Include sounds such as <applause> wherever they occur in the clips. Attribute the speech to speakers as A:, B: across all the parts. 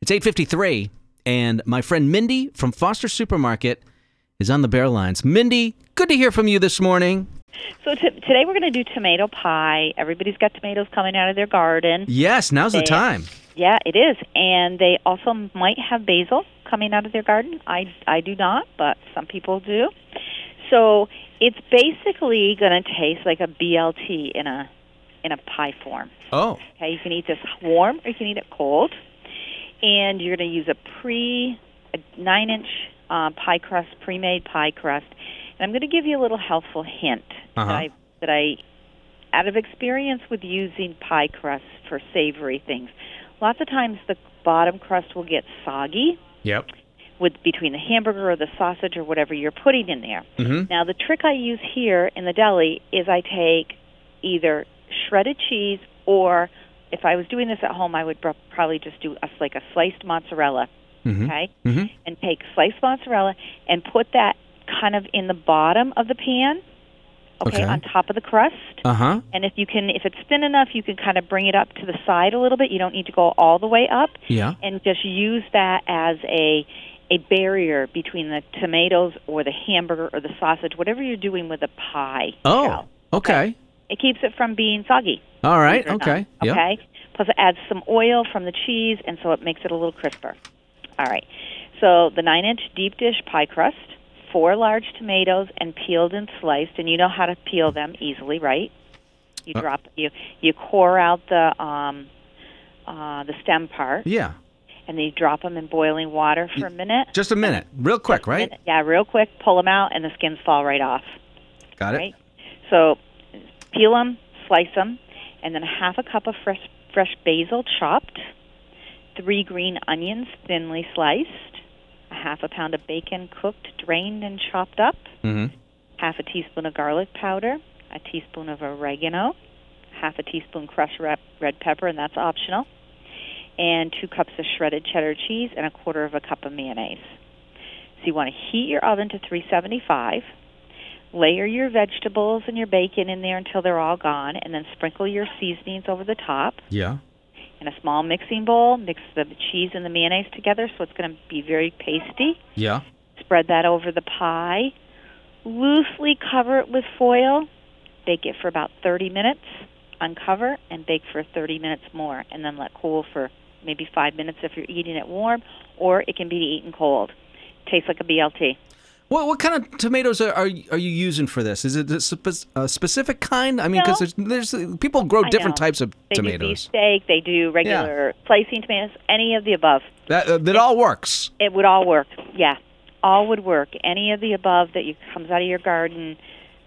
A: It's 8:53 and my friend Mindy from Foster Supermarket is on the bear lines. Mindy, good to hear from you this morning.
B: So t- today we're going to do tomato pie. Everybody's got tomatoes coming out of their garden.
A: Yes, now's the
B: They-
A: time.
B: Yeah, it is. And they also might have basil coming out of their garden. I, I do not, but some people do. So it's basically going to taste like a BLT in a in a pie form.
A: Oh,
B: Okay, you can eat this warm or you can eat it cold. And you're going to use a pre a nine inch uh, pie crust, pre made pie crust. And I'm going to give you a little helpful hint
A: Uh-huh.
B: that I that I out of experience with using pie crusts for savory things. Lots of times the bottom crust will get soggy
A: yep.
B: with between the hamburger or the sausage or whatever you're putting in there.
A: Mhm.
B: Now, the trick I use here in the deli is I take either shredded cheese or if I was doing this at home, I would br- probably just do a, like a sliced mozzarella,
A: Mhm.
B: okay?
A: Mhm.
B: And take sliced mozzarella and put that kind of in the bottom of the pan,
A: Okay.
B: okay. on top of the crust.
A: Uh-huh.
B: And if you can, if it's thin enough, you can kind of bring it up to the side a little bit. You don't need to go all the way up,
A: Yeah.
B: and just use that as a a barrier between the tomatoes or the hamburger or the sausage, whatever you're doing with a pie.
A: Oh.
B: shell.
A: Okay.
B: it keeps it from being soggy.
A: All right.
B: believe it or
A: Okay.
B: not,
A: Yep.
B: Okay. Plus, it adds some oil from the cheese, and so it makes it a little crisper. All right. So the nine-inch deep dish pie crust, four large tomatoes, and peeled and sliced. And you know how to peel them easily, right? You
A: Uh.
B: drop you you core out the um, uh, the stem part,
A: Yeah.
B: and then you drop them in boiling water for a minute.
A: Just a minute. Real quick, right?
B: Minute. Yeah, real quick, pull them out, and the skins fall right off.
A: Got it.
B: Right. So peel them, slice them, and then half a cup of fresh fresh basil chopped, three green onions thinly sliced, a half a pound of bacon cooked, drained and chopped up,
A: Mhm.
B: half a teaspoon of garlic powder, a teaspoon of oregano, half a teaspoon crushed red, red pepper, and that's optional, and two cups of shredded cheddar cheese and a quarter of a cup of mayonnaise. So you want to heat your oven to 375. Layer your vegetables and your bacon in there until they're all gone, and then sprinkle your seasonings over the top.
A: Yeah.
B: In a small mixing bowl, mix the cheese and the mayonnaise together so it's going to be very pasty
A: Yeah.
B: spread that over the pie, loosely cover it with foil, bake it for about 30 minutes, uncover, and bake for 30 minutes more, and then let cool for maybe five minutes if you're eating it warm, or it can be eaten cold. Tastes like a BLT.
A: What what kind of tomatoes are are, you- are you using for this? Is it a, spe- a specific kind? I mean, because
B: No.
A: there's there's people grow
B: I
A: different
B: know.
A: types of
B: They do
A: tomatoes.
B: beefsteak, they do regular slicing tomatoes, any of the above.
A: That uh, that all works.
B: It would all work. Yeah, all would work. Any of the above that you, comes out of your garden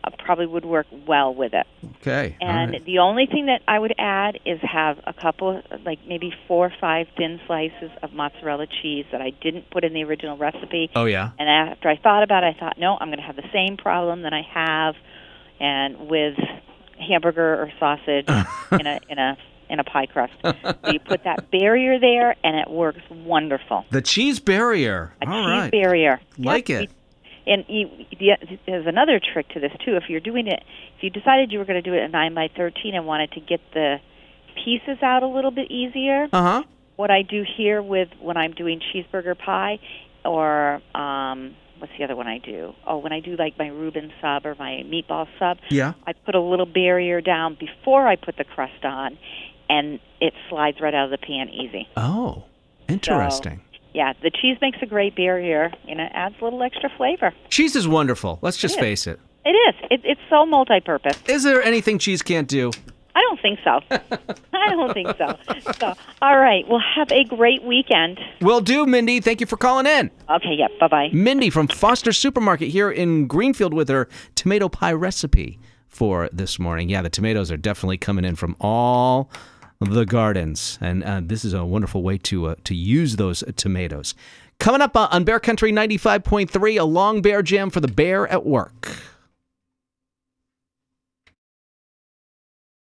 B: uh, probably would work well with it.
A: Okay. all
B: And
A: right.
B: the only thing that I would add is have a couple, like maybe four or five thin slices of mozzarella cheese that I didn't put in the original recipe.
A: Oh yeah.
B: And after I thought about it, I thought, no, I'm going to have the same problem that I have, and with hamburger or sausage in a in a in a
A: <laughs>
B: pie crust. so you put that barrier there, and it works wonderful.
A: The cheese barrier.
B: A
A: All right.
B: cheese barrier.
A: Like
B: Yes,
A: it.
B: we- And you, the, there's another trick to this too. If you're doing it, if you decided you were going to do it at nine by thirteen and wanted to get the pieces out a little bit easier,
A: Uh huh.
B: what I do here with when I'm doing cheeseburger pie, or um, what's the other one I do? Oh, when I do like my Reuben sub or my meatball sub,
A: Yeah.
B: I put a little barrier down before I put the crust on, and it slides right out of the pan easy.
A: Oh, interesting.
B: Yeah, the cheese makes a great barrier, and it adds a little extra flavor.
A: Cheese is wonderful. Let's just
B: It is.
A: face it.
B: It is. It, it's so multi-purpose.
A: Is there anything cheese can't do?
B: I don't think so. I don't think so. So, all right. Well, have a great weekend.
A: Will do, Mindy. Thank you for calling in.
B: Okay. Yep. Bye bye.
A: Mindy from Foster Supermarket here in Greenfield with her tomato pie recipe for this morning. Yeah, the tomatoes are definitely coming in from all the gardens, and uh, this is a wonderful way to uh, to use those tomatoes. Coming up uh, on Bear Country 95.3, a long bear jam for the bear at work.